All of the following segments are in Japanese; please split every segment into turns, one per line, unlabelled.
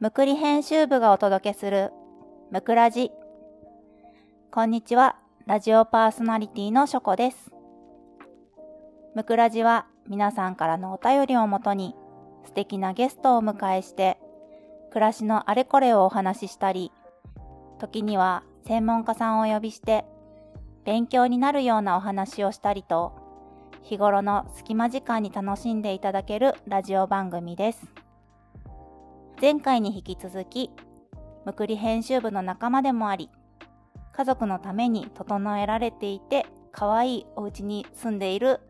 むくり編集部がお届けする、むくらじ。こんにちは、ラジオパーソナリティのしょこです。むくらじは皆さんからのお便りをもとに、素敵なゲストをお迎えして、暮らしのあれこれをお話ししたり、時には専門家さんをお呼びして、勉強になるようなお話をしたりと、日頃の隙間時間に楽しんでいただけるラジオ番組です。前回に引き続き、むくり編集部の仲間でもあり、家族のために整えられていて、可愛いお家に住んでいる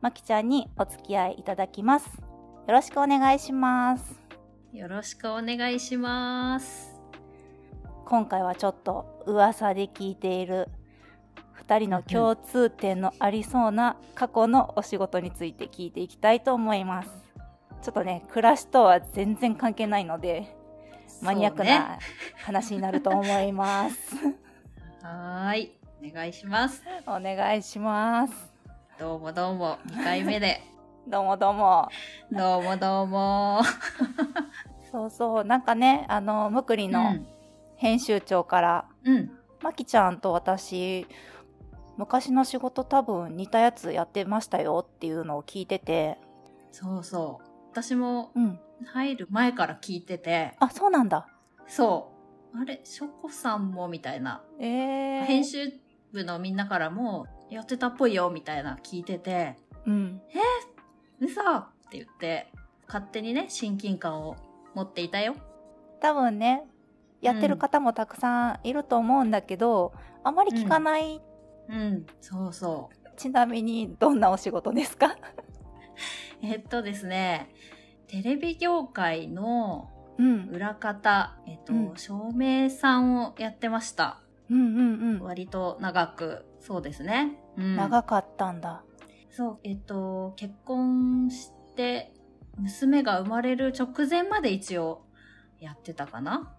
まきちゃんにお付き合いいただきます。よろしくお願いします。
よろしくお願いします。
今回はちょっと噂で聞いている2人の共通点のありそうな過去のお仕事について聞いていきたいと思います。ちょっとね、暮らしとは全然関係ないので、マニアック
そうね
な話になると思います。
はーい。お願いします。
お願いします。
どうもどうも。2回 目で。
どうもどうも。
どうもどうも。
そうそう、なんかね、あの、むくりの編集長から、
うん。うん。
まきちゃんと私、昔の仕事多分似たやつやってましたよっていうのを聞いてて、
そうそう。私も
うん。
入る前から聞いてて、
あ、そうなんだ。
そう。あれ、ショコさんもみたいな。
えー、
編集部のみんなからも、やってたっぽいよみたいな聞いてて、
うん。
嘘って言って、勝手にね、親近感を持っていたよ。
多分ね、やってる方もたくさんいると思うんだけど、あまり聞かない、
うん。そうそう。
ちなみにどんなお仕事ですか
えっとですね、テレビ業界の
うん。
裏方、えっと、
うん
照明さんをやってました。
うんうんうん。
割と長く、そうですね。うん、
長かったんだ。
そう、えっと、結婚して、娘が生まれる直前まで一応やってたかな。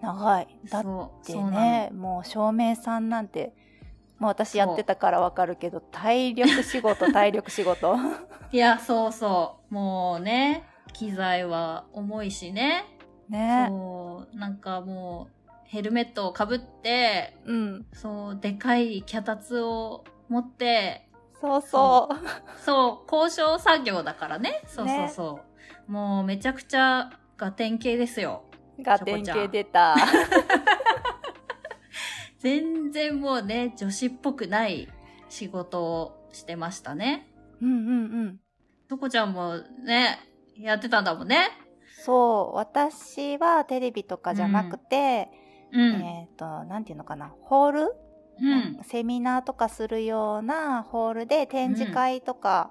長い。だっ
そう、
て
そうな
ね
の。、
もう照明さんなんて、もう私やってたからわかるけど、体力仕 事、体力仕事。
いや、そうそう。もうね、機材は重いしね。
ね。
そう、なんかもう、ヘルメットをかぶって、
うん。
そう、でかい脚立を持って、
そうそう。
そう、交渉作業だからね。そうそうそう。もうめちゃくちゃが典型ですよ。
が典型出た。
全然もうね、女子っぽくない仕事をしてましたね。
うんうんうん。
とこちゃんもね、やってたんだもんね。
そう、私はテレビとかじゃなくて、
うん。
えっ、と、なんていうのかな、ホール、
うん。
セミナーとかするようなホールで展示会とか、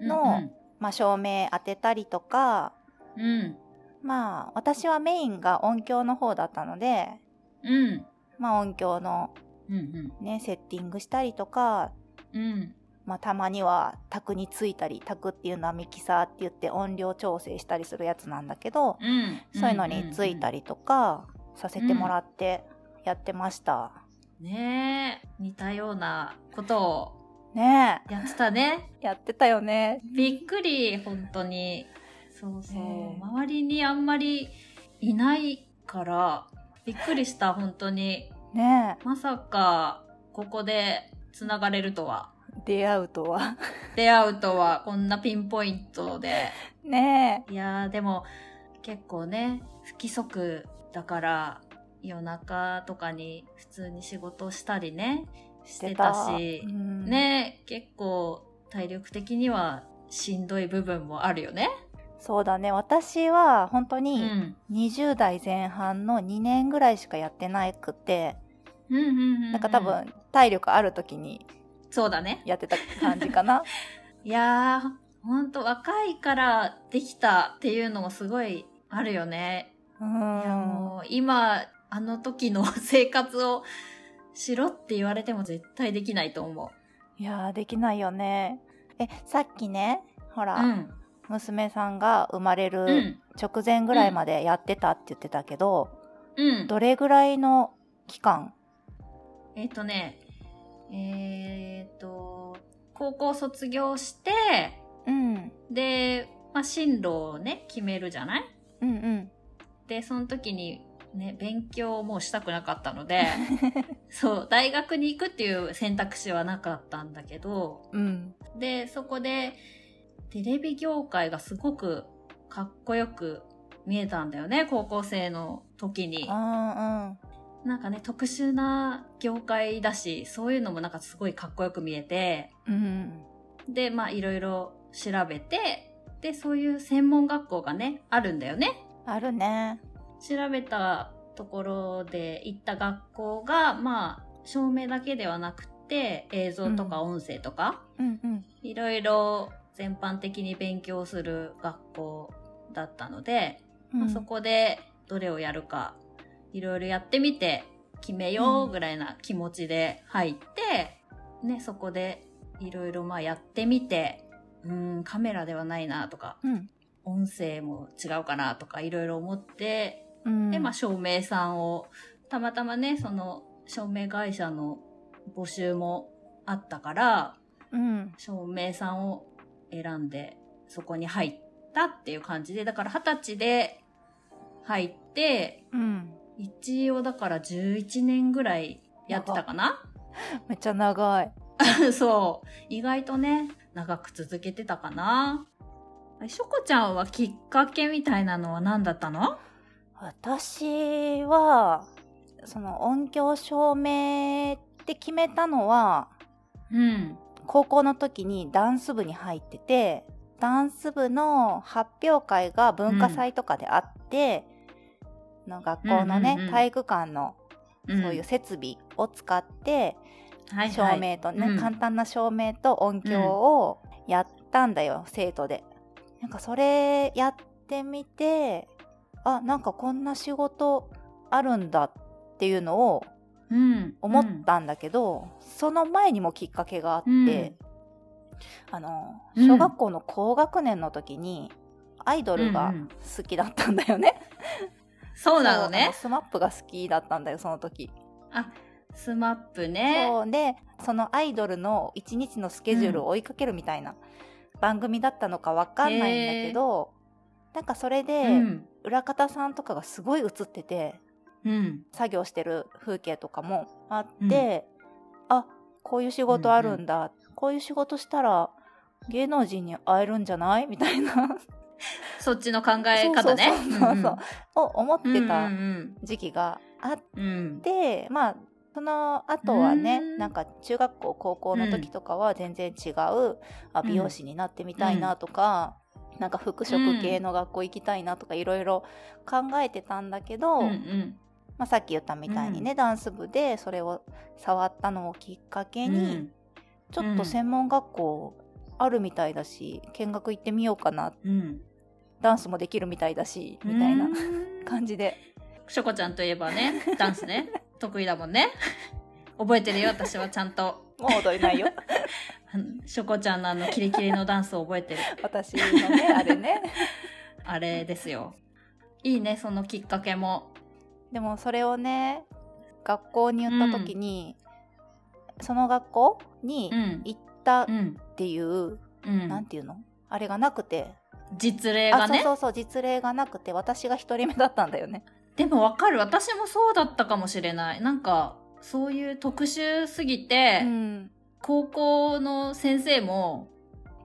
のまあ照明当てたりとか、
うん、うん。
まあ私はメインが音響の方だったので、
うん。
まあ音響の
うん。うん。
ね、セッティングしたりとか、
うん。
まあたまには卓についたり、卓っていうのはミキサーって言って音量調整したりするやつなんだけど、
うん。
そういうのについたりとかさせてもらってやってました。
うん。ねえ、似たようなことを
ね
やってたね。
え、やってたよね。
びっくり本当にそうそう、
ねえ
周りにあんまりいないからびっくりした本当に
ね
まさかここでつながれるとは
え、出会うと は。
出会うとはこんなピンポイントで
ね
いやーでも結構ね不規則だから夜中とかに普通に仕事したりね
え、
してたし
う、ん、
ねえ結構体力的にはしんどい部分もあるよね。
そうだね。私は本当
う
に
ん
20代前半の2年ぐらいしかやってなくて、
うんうんうんうん
なんか多分体力ある時に
そうだね
やってた感じか な。
いやーほんと若いからできたっていうのもすごいあるよね、
う
いや
ん。
もう今あの時の生活をしろって言われても絶対できないと思
いやー、できないよね。え、さっきね、ほ
う
ら、
うん
娘さんが生まれ
う
る
ん
直前ぐらいまでやってたって言ってたけど、
うん
どれぐらいの期間
えっ、とねえっ、と高校卒業して
うん。
で、まあ、進路をね決めるじゃない
うんうん。
でその時にね勉強をもうしたくなかったのでそう大学に行くっていう選択肢はなかったんだけど
うん。
でそこでテレビ業界がすごくかっこよく見えたんだよね高校生の時に
あ
なんかね特殊な業界だしそういうのもなんかすごいかっこよく見えて
ーうん。うん。
でまあいろいろ調べてでそういう専門学校がねあるんだよね
あるね。
調べたところで行った学校がまあ照明だけではなくて映像とか音声とか、
うんうん。
いろいろ全般的に勉強する学校だったので、まあ、そこでどれをやるかいろいろやってみて決めようぐらいな気持ちで入って、ね、そこでいろいろまあやってみてうーんカメラではないなとか
うん。
音声も違うかなとかいろいろ思って
うん。
で、まあ、照明さんを、たまたまね、その、照明会社の募集もあったから、
うん。
照明さんを選んで、そこに入ったっていう感じで、だから二十歳で入って、
うん。
一応だから11年ぐらいやってた かな
めっちゃ長い。
そう。意外とね、長く続けてたかな。しょこちゃんはきっかけみたいなのは何だったの
私は、その音響照明って決めたのは、
うん。
高校の時にダンス部に入っててダンス部の発表会が文化祭とかであって、の学校のね、
うんうんうん
体育館のそういう設備を使って、
うん、はいは
照
い
明とね、
うん
簡単な照明と音響をやったんだよ、生徒で。なんかそれやってみてあなんかこんな仕事あるんだっていうのを
うん、
思ったんだけど、その前にもきっかけがあって、
うん
あの
うん
小学校の高学年の時にアイドルが
うんうん
好きだったんだよね。
そうなの
そうあの
ね。
スマップが好きだったんだよその時。
スマップね。
そうでそのアイドルの一日のスケジュールを追いかけるみたいな番組だったのかわかんないんだけど、なんかそれで、
うん。
裏方さんとかがすごい映ってて
うん。
作業してる風景とかもあって、あこういう仕事あるんだ、こういう仕事したら芸能人に会えるんじゃないみたい な
そっちの考え方ね。
そうそうそうそうを思っ
うんうん
てた
うん
時期があっ
うんうん。
て、まあその後はね
うん
なんか中学校高校の時とかは全然違う、あ
うん
美容師になってみたいなとか、なんか服飾系の学校行きたいなとかいろいろ考えてたんだけど、
うんうん
まあ、さっき言ったみたいにね、ダンス部でそれを触ったのをきっかけに、ちょっと専門学校あるみたいだし見学行ってみようかな
うんうん。
ダンスもできるみたいだしみたいな
うん。
感じで、
しょこちゃんといえばね、ダンスね。 得意だもんね。覚えてるよ、私はちゃんと。
もう踊れないよ
あのしょこちゃんのあのキレキレのダンスを覚えてる。
私のねあれね
あれですよ。いいね、そのきっかけも。
でもそれをね学校に言った時に、その学校に
うん。
行ったっ
うん。
ていう、
う
なん
ん。
ていうのあれがなくて、
実例
あ
が
そう
ね。
そうそう実例がなくて私が一人目だったんだよね
でもわかる私もそうだったかもしれないなんかそういう特殊すぎて、
うん
高校の先生も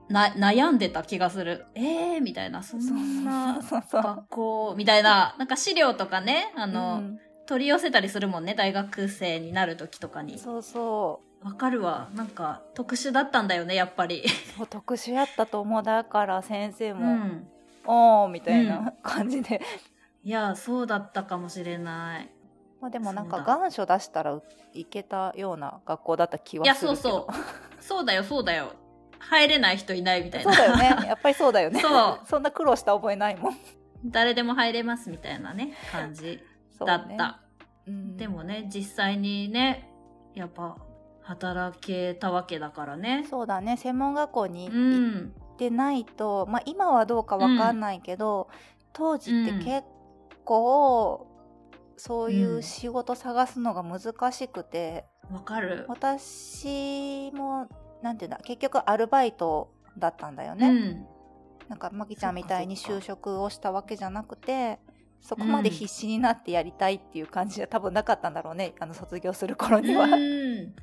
な悩んでた気がするえーみたいなそんな
そうそうそう
学校みたいななんか資料とかねあの、
うん
取り寄せたりするもんね大学生になる時とかに
そうそ
わかるわなんか特殊だったんだよねやっぱり
うそう特殊やったと思うだから先生
う
も、
ん
おーみたいうな感じで、
いやそうだったかもしれない
まあでもなん
そ
か
うだ
願書出したらいけたような学校だった気はい
や
す
そ
る
う
けど
そうそうだよそうだよ入れない人いないみたい
そ
な
うだよねやっぱり そうだよね
そう
んな苦労した覚えないもん
誰でも入れますみたいなね感じ
そう
だ
ね
った、
うん
でもね実際にねやっぱ働けたわけだからね
そうだね専門学校に
う
行
ん
ってないと、まあ今はどうかわかんないけど、当時って結構そういう仕事探すのが難しくて、
わかる
私もなんていうんだ結局アルバイトだったんだよ
う
ね、
ん
なんかまきちゃんみたいに
そっかそっ
就職をしたわけじゃなくてそこまで必死になってやりたいっていう感じは多分なかったんだろうね、あの卒業する頃には。
うん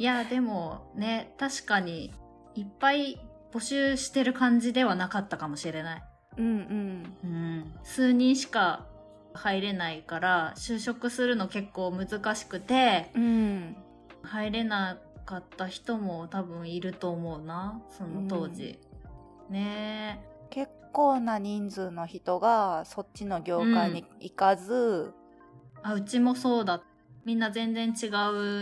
いやでもね確かにいっぱい募集してる感じではなかったかもしれない、
うんうん。
うん、数人しか入れないから就職するの結構難しくて
うん。
入れなかった人も多分いると思うなその当時、ね
結構な人数の人がそっちの業界に行かず、
えあうちもそうだみんな全然違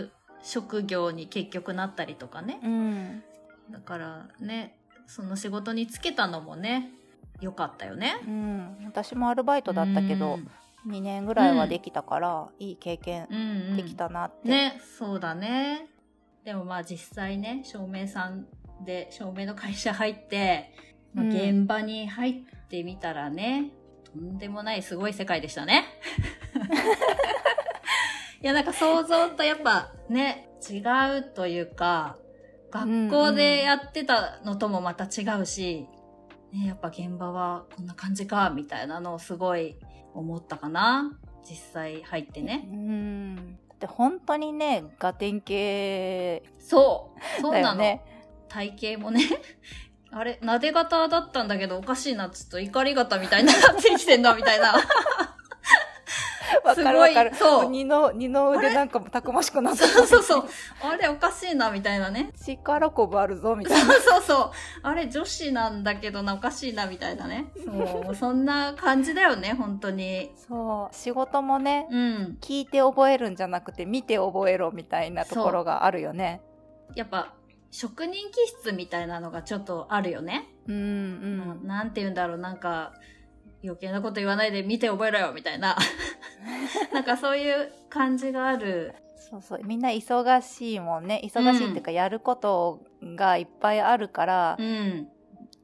う職業に結局なったりとかね、
うん。
だからねその仕事に就けたのもね良かったよね
うん。私もアルバイトだったけど、2年ぐらいはできたから、いい経験
うん、うんうん
できたなって。
ね、そうだね。でもまあ実際ね、照明さんで、照明の会社入って、まあ、
うん
現場に入ってみたらね、とんでもないすごい世界でした ね。いや、なんか想像とやっぱね、違うというか、学校でやってたのともまた違うし、ね、やっぱ現場はこんな感じか、みたいなのをすごい思ったかな。実際入ってね。
うん。で本当にね、ガテン系
そう。そう
だ
な
よ
の。
ね。
体型もね。 あれ、撫で型だったんだけど、おかしいな、ちょっと怒り型みたいになってきてんだ、みたいな。
わ
す
かる
ご
わ
い
かる。
そう
二の、二の腕なんかもたくましくなった。
そうそうそう。あれ、おかしいな、みたいなね。
力こぶあるぞ、みたい
そ
な。
うそうそう。あれ、女子なんだけどな、おかしいな、みたいなね。そう、もうそんな感じだよね、本当に。
そう。仕事もね、
うん。
聞いて覚えるんじゃなくて、見て覚えろみたいなところがあるよね。
やっぱ、職人気質みたいなのがちょっとあるよね。
うん
うん、なんて言うんだろう、なんか、余計なこと言わないで見て覚えろよ、みたいな。 なんかそういう感じがある。
そうそう。みんな忙しいもんね。忙しいっていうか、やることがいっぱいあるから
う、ん。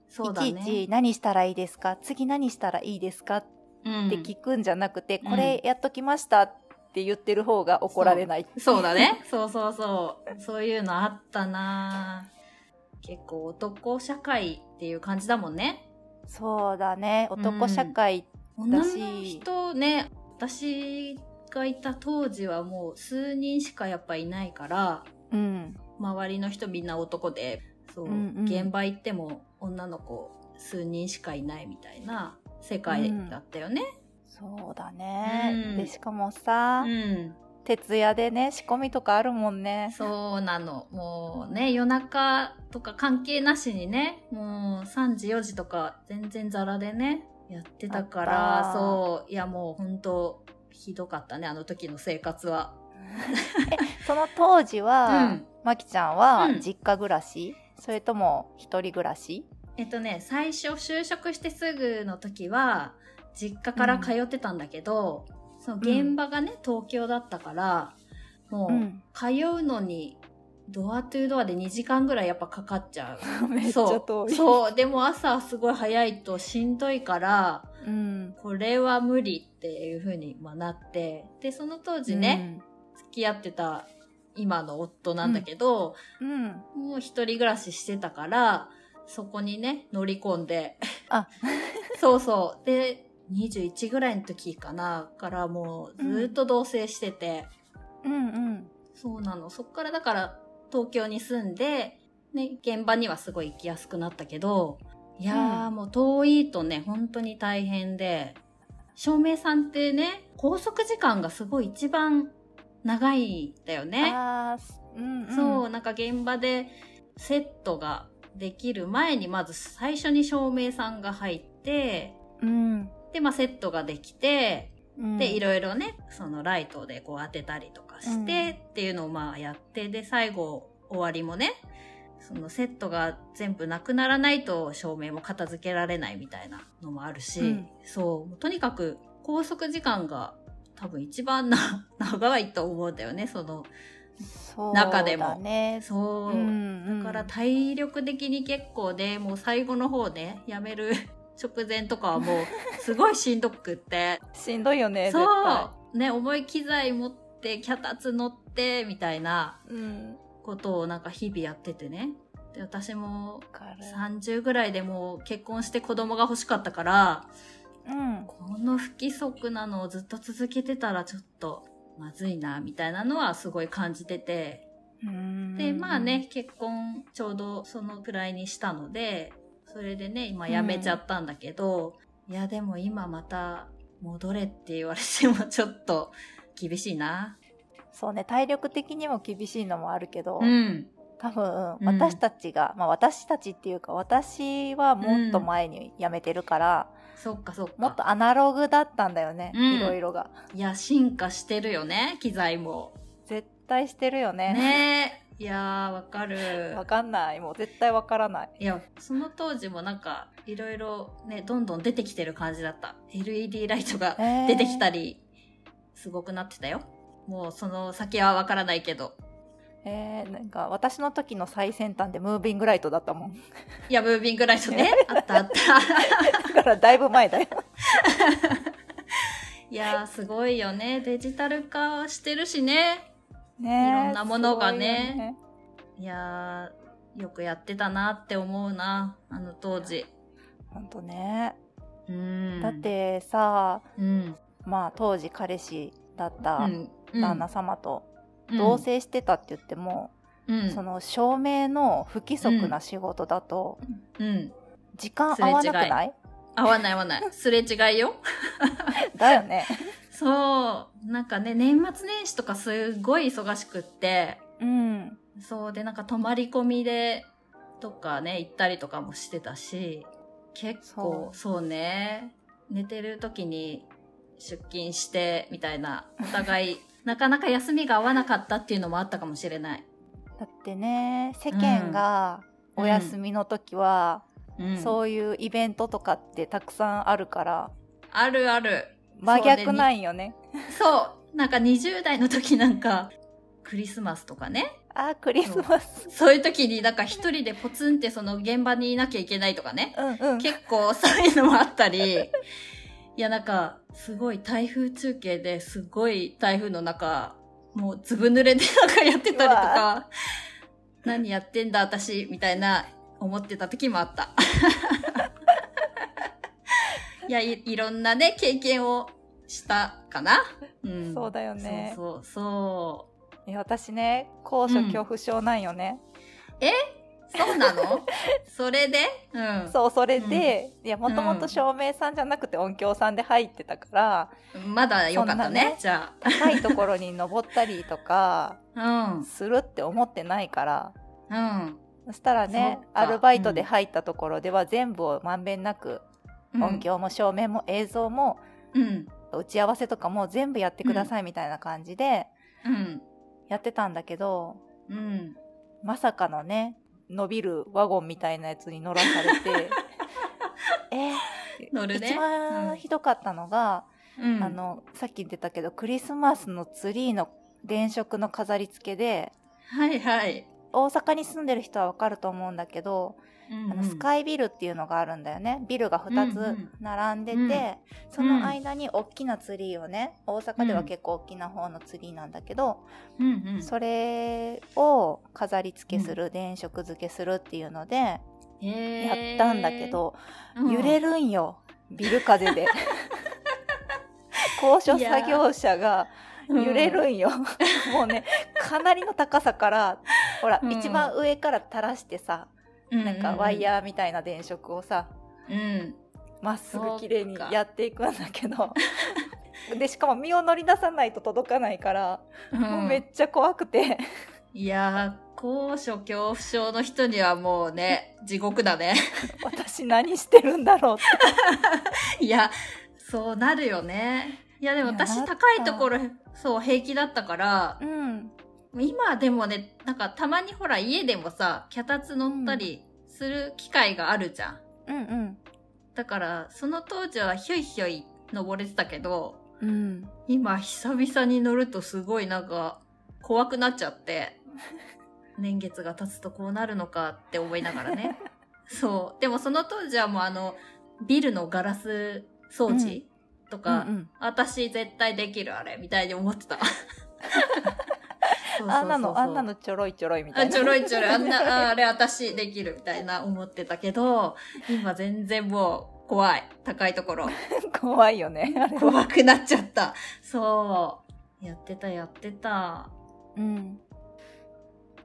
そうだね。
いちいち何したらいいですか次何したらいいですかっ
うん
て聞くんじゃなくて、
うん
これやっときましたって言ってる方が怒られない。
そうだね。そうそうそう。そういうのあったな結構男社会っていう感じだもんね。
そうだね。男社会。
女の
だし
人ね、私がいた当時はもう数人しかやっぱいないから、
うん。
周りの人みんな男で、そう、
うんうん
現場行っても女の子数人しかいないみたいな世界だったよね。
そうだね。
うん
で、しかもさ、
うん
徹夜でね、仕込みとかあるもんね。
そうなの。もうね、夜中とか関係なしにね、もう3時4時とか全然ザラでね、やってたか
あ
ら、
った
そう、いやもう本当ひどかったね、あの時の生活は。
その当時は、
うん
まきちゃんは
うん
実
実
家暮らし、それとも一人暮らし
えっとね、最初就職してすぐの時は、実家から通ってたんだけど、その現場がね、東京だったから、もう、
ん。
通うのに、ドアトゥードアで2時間ぐらいやっぱかかっちゃう。
めっちゃ
そ
遠
う
い。
そうでも朝すごい早いとしんどいから
うん。
これは無理っていうふうにまあなってでその当時ね、付き合ってた今の夫なんだけど、
うん。うん。
もう一人暮らししてたからそこにね乗り込んで
あ
そうそうで21ぐらいの時かなからもうずーっと同棲してて、
うんうん。
そうなのそっからだから東京に住んで、ね、現場にはすごい行きやすくなったけどいやー、
う
もう遠いとね本当に大変で照明さんってね拘束時間がすごい一番長いんだよね。
ああ、うん、うん。
そう、なんか現場でセットができる前にまず最初に照明さんが入って
うん。
で、まあ、セットができて
うん。
でいろいろねそのライトでこう当てたりとかして、っていうのをまあやってで最後終わりもねそのセットが全部なくならないと照明も片付けられないみたいなのもあるし、
うん
そうとにかく拘束時間が多分一番な 長いと思うんだよねその
そう
中でも
だね。
そう、
んうん
だから体力的に結構で、もう最後の方ねやめる 直前とかはもうすごいしんどくって
しんどいよね、
そ
絶対。
うね重い機材持って脚立乗ってみたいな
うん。
ことをなんか日々やっててねで私も
わかる。
30ぐらいでもう結婚して子供が欲しかったから
うん。
この不規則なのをずっと続けてたらちょっとまずいなみたいなのはすごい感じてて
うん
でまあね。結婚ちょうどそのくらいにしたのでそれでね今辞めちゃったんだけど、いやでも今また戻れって言われてもちょっと厳しいな
そうね、体力的にも厳しいのもあるけど、
うん
多分、
うん
私たちが、まあ私たちっていうか、私はもっと前に辞めてるから、
そっかそっか
もっとアナログだったんだよね、
うん
いろいろが。
いや進化してるよね機材も
絶対してるよね。
ねえいやーわかる
わかんない。もう絶対わからない。
いやその当時もなんかいろいろねどんどん出てきてる感じだった LED ライトが
えー
出てきたり、すごくなってたよもうその先はわからないけど
えー、なんか私の時の最先端でムービングライトだったもん。
いやムービングライトねあったあった
だからだいぶ前だよ。
いやーすごいよねデジタル化してるし ね
ねえ
いろんなものがね
すごいよ
いやーよくやってたなって思うなあの当時
ほんとね。
うん
だってさ、
うん
まあ当時彼氏だった
うん
旦那様と同棲してたって言っても、
うん
その照明の不規則な仕事だと、
うん
時間合わなくない
合わない合わないすれ違いよ
だよね。
そう。なんかね、年末年始とかすごい忙しくって、
うん。
そうで、なんか泊まり込みで、とかね、行ったりとかもしてたし、結構、そうね、寝てる時に出勤して、みたいな、お 互い、なかなか休みが合わなかったっていうのもあったかもしれない。
だってね、世間がお休みの時は、
うん。
そういうイベントとかってたくさんあるから、
あるある。
真逆ないよね。
そう。なんか20代の時なんか、クリスマスとかね。
あー、クリスマス。
そういう時になんか一人でポツンってその現場にいなきゃいけないとかね。
うんうん。
結構そういうのもあったり、いやなんか、すごい台風中継ですごい台風の中、もうずぶ濡れでなんかやってた
う
りとか、何やってんだ私、みたいな思ってた時も あった。いやい、いろんなね、経験をしたかな。うん。
そうだよね
そうそうそ
いや私ね、高所恐怖症なんよね。
う。そうなのそれでうん。
そう、それで、いや、もともと照明さんじゃなくて音響さんで入ってたから、
まだよかったね、
そんなね
じゃ
高いところに登ったりとか、
あ。うん。
するって思ってないから、
うん。
そしたらね
そっ、か
アルバイトで入ったところでは全部をまんべんなく、音響も照明も映像も、
うん。
打ち合わせとかも全部やってくださいみたいな感じで
うん。
やってたんだけど、
うん。
まさかのね、伸びるワゴンみたいなやつに乗らされ て、え
乗るね。
一番ひどかったのが、
うん、
あのさっき言ってたけどクリスマスのツリーの電飾の飾り付けで
はいはい。
大阪に住んでる人はわかると思うんだけど、
うん
あのスカイビルっていうのがあるんだよねビルが2
うんう
つ
ん
並んでて、
うん
その間に大きなツリーをね大阪では結構大きな方のツリーなんだけど、
うんうん、
それを飾り付けする、電飾付けするっていうのでや
へー
ったんだけ、ど、
うん
揺れるんよビル風 で。高所作業車が
うん
揺れるんよ、もうねかなりの高さからほら、
うん
一番上から垂らしてさなんかワイヤーみたいな電飾をさ
ー、うん、
まっすぐ綺麗にやっていくんだけど でしかも身を乗り出さないと届かないから、
うん
もうめっちゃ怖くて
いやー高所恐怖症の人にはも うね地獄だね
私何してるんだろうって
いやそうなるよねいやでも
い
私
やなった
高いところそう平気だったから
うん
今でもねなんかたまにほら家でもさ脚立乗ったりする機会があるじゃん、
うんうん
だからその当時はひょいひょい登れてたけど
うん
今久々に乗るとすごいなんか怖くなっちゃって年月が経つとこうなるのかって思いながら ねそうでもその当時はもうあのビルのガラス掃除と
うん
か、私絶対できるあれみたいに思 ってたそうそうそうそう
あんなのあんなのちょろいちょろいみたい
あ
な
ちょろいちょろいあんなああれ私できるみたいな思ってたけど今全然も怖い。高いところ。
怖いよね。あれは。
怖くなっちゃった。そう。やってた、やってた。
うん。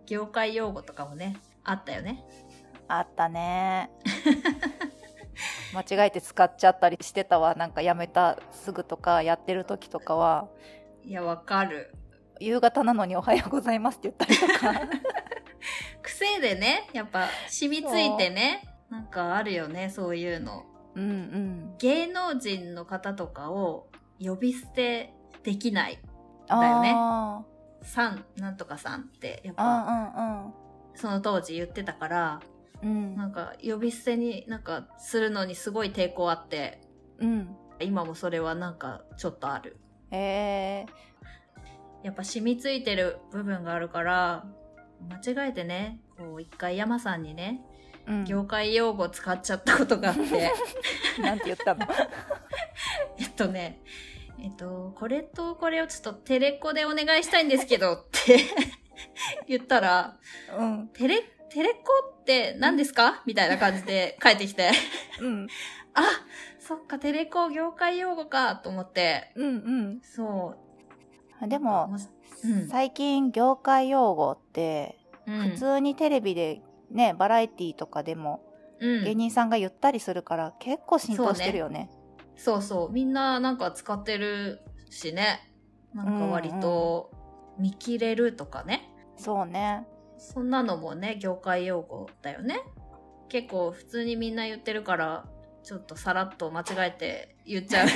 業界用語とかもね、あったよね。
あったね。 間違えて使っちゃったりしてたわ。なんかやめたすぐとか、やってる時とかは、
いや、わかる。
夕方なのにおはようございますって言ったりとか。
癖でね、やっぱ染みついてね、なんかあるよね、そういうの。
うんうん。
芸能人の方とかを呼び捨てできない。
あ
だよね
あ
さん、なんとかさんって、やっぱ、
あ
その当時言ってたから、
うんうん。う。
なんんか、呼び捨てになんか、するのにすごい抵抗あって、
うん。
今もそれはなんか、ちょっとある。
えー、
やっぱ染みついてる部分があるから、間違えてね、こう、一回山さんにね、
うん。
業界用語使っちゃったことがあ って、
なんて言ったの
えっとね、えっと、これとこれをちょっとテレコでお願いしたいんですけどって言ったら、
うん。
テレ、テレコって何ですかみたいな感じで帰ってき て、
うん。
あ、そっか、テレコ業界用語かと思って、
うん
そ
うん。で
う。
も、
しうん
最近業界用語って、
うん
普通にテレビでね、バラエティとかでも
うん
芸人さんが言ったりするから結構浸透してるよね。
そうそう。みんななんか使ってるしね。なんか割と、見切れるとかね。
そうね。
そんなのもね、業界用語だよね。結構普通にみんな言ってるから、ちょっとさらっと間違えて言っちゃう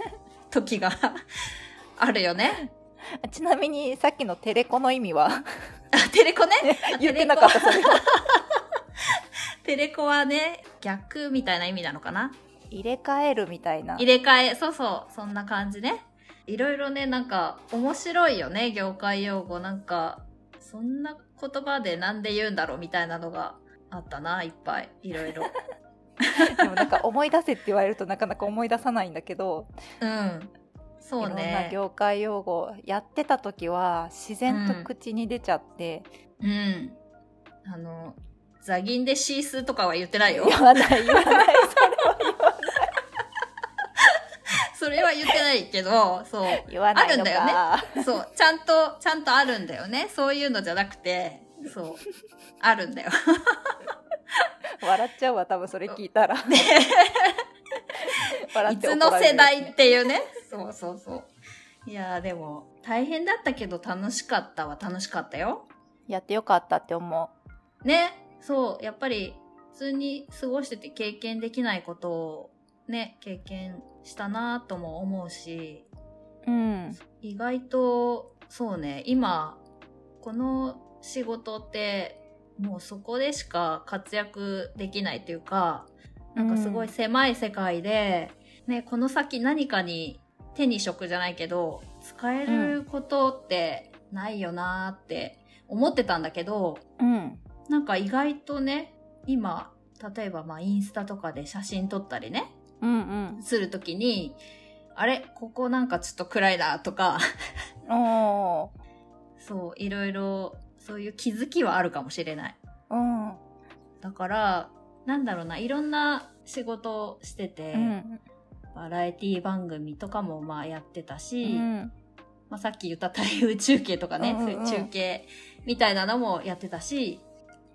時が あるよね。
ちなみにさっきのテレコの意味 は
あテレコね。あ
言ってなかったそれは
テレコはね、逆みたいな意味なのかな。
入れ替えるみたいな。
入れ替え、そうそう、そんな感じね。いろいろね、なんか、面白いよね、業界用語。なんか、そんな言葉でなんで言うんだろうみたいなのがあったな、いっぱい。い ろいろ。
でもなんか思い出せって言われるとなかなか思い出さないんだけど、
うん。そう
いろんな
ね。
業界用語やってた時は自然と口に出ちゃって、
うん。あの、ザギンでシースーとかは言ってないよ。
言わない言わない
それは言ってないけど、そう。
言わないのか。
あそう。ちゃんと、ちゃんとあるんだよね。そういうのじゃなくて、そう。あるんだよ。
笑っちゃうわ多分それ聞いたら。笑
い
って
つ
怒
の
られ
世
るやつね
代っていう ね。そうそうそう。いやーでも、大変だったけど楽しかったは楽しかったよ。
やってよかったって思
ね。そう。やっぱり、普通に過ごしてて経験できないことをね、経験したなーとも思うし、
う。うん。
意外と、そうね、今、この仕事って、もうそこでしか活躍できないっていうか、なんかすごい狭い世界で、ね、この先何かに手に職じゃないけど、使えることってないよなーって思ってたんだけど、
うん。
なんか意外とね、今、例えばまあインスタとかで写真撮ったりね、
うんうん。
するときに、あれここなんかちょっと暗いなとか、
お
そう、いろいろ、そういう気づきはあるかもしれない。
ー。うん。
だから、なんだろうな、いろんな仕事をしてて、
うん。
バラエティ番組とかもまあやってたし、
うん。
まあ、さっき言った台風中継とかね、
うんうんうん
そういう中継みたいなのもやってたし、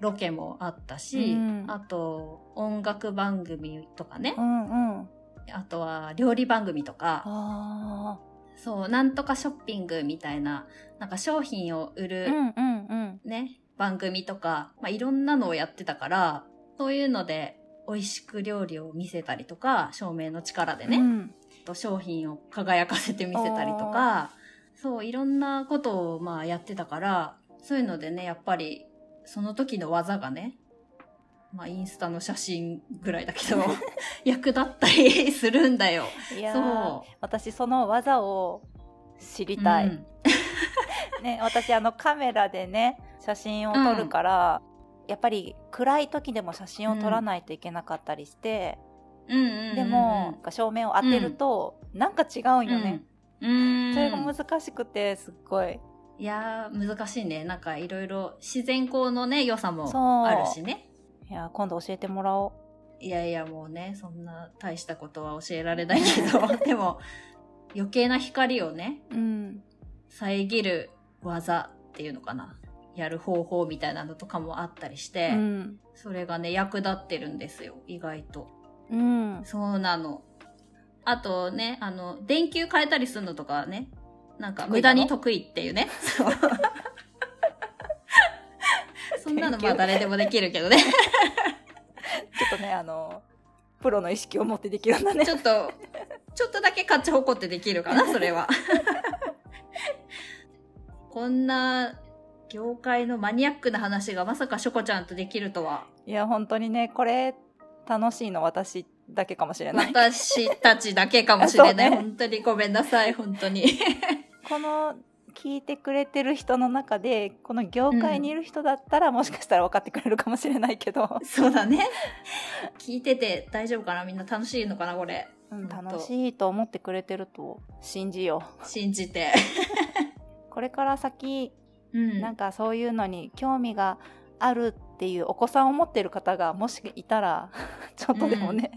ロケもあったし、
うん
あと音楽番組とかね
う、んうん。
あとは料理番組とか、
あ
そう、なんとかショッピングみたいな、なんか商品を売
ー。う
る
んうんうん。
ね、番組とか、まあ、いろんなのをやってたから、そういうので美味しく料理を見せたりとか、照明の力でね、
うん。
と商品を輝かせて見せたりとか、そう、いろんなことをまあやってたから、そういうのでね、やっぱり、その時の技がね、まあインスタの写真ぐらいだ けど、役立ったりするんだよ。
いやー
そ
私その技を知り
う。
たい。
うん
ね、私あのカメラでね、写真を撮るから、やっぱり暗い時でも写真を撮らないといけなかったりして、
うんうんうん。
でも、なんか照明を当てると、なんか違うん
うん、
よね。
うん。
それが難しくて、すっごい。
いやー、難しいね。なんかいろいろ自然光のね、良さも
そう
あるしね。
いやー今度教えてもらおう。
いいやいやもうね、そんな大したことは教えられないけど、 でも余計な光をね、
うん。
遮る技っていうのかな。やる方法みたいなのとかもあったりして、
うん。
それがね、役立ってるんですよ、意外と。
うん。
そうなの。あとね、あの、電球変えたりするのとかね、なんか無駄に得意っていうね。 そうそんなのまあ誰でもできるけどね。
ちょっとね、あの、プロの意識を持ってできるんだね
ち。ょっと、ちょっとだけ勝ち誇ってできるか な、それは。 こんな業界のマニアックな話がまさかしょこちゃんとできるとは、
いや、本当にね、これ、楽しいの私だけかもしれ ない。
私たちだけかもしれな
そう
い。
ね
本当にごめんなさい、本当に。
この、聞いてくれてる人の中で、この業界にいる人だったら、もしかしたら分かってくれるかもしれないけど、
そうだね。 聞いてて大丈夫かなみんな楽しいのかなこれ。
うん、
本当
楽しいと思ってくれてると信じよ
信じて。
う。これから先、
うん。
なんかそういうのに興味があるっていうお子さんを持ってる方がもしいたら ちょっとでもね,、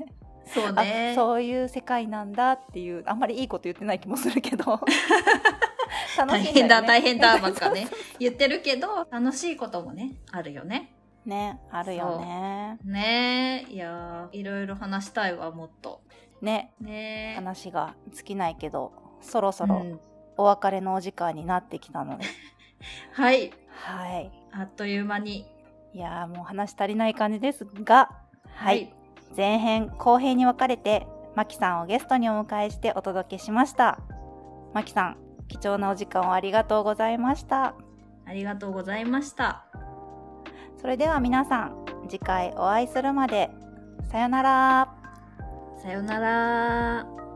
そう
あ
ね。
そういう世界なんだっていうあんまりいいこと言ってない気もする けど
大
楽しいん
変
だよ
だ、
ね
大 変だ、ばっかね。言ってるけど、楽しいこともね、あるよね。
ねあるよね
ねえ。いやー、いろいろ話したいわ、もっと。
ね
ねえ。
話が尽きないけどそろそうろ
ん
お別れのお時間になってきたので、
はい。
はい
あっという間に。
いやーもう話足りない感じですがはい、。前編後編に分かれてマキさんをゲストにお迎えしてお届けしましたマキさん貴重なお時間をありがとうございました
ありがとうございました。
それでは皆さん次回お会いするまでさよなら
さよなら。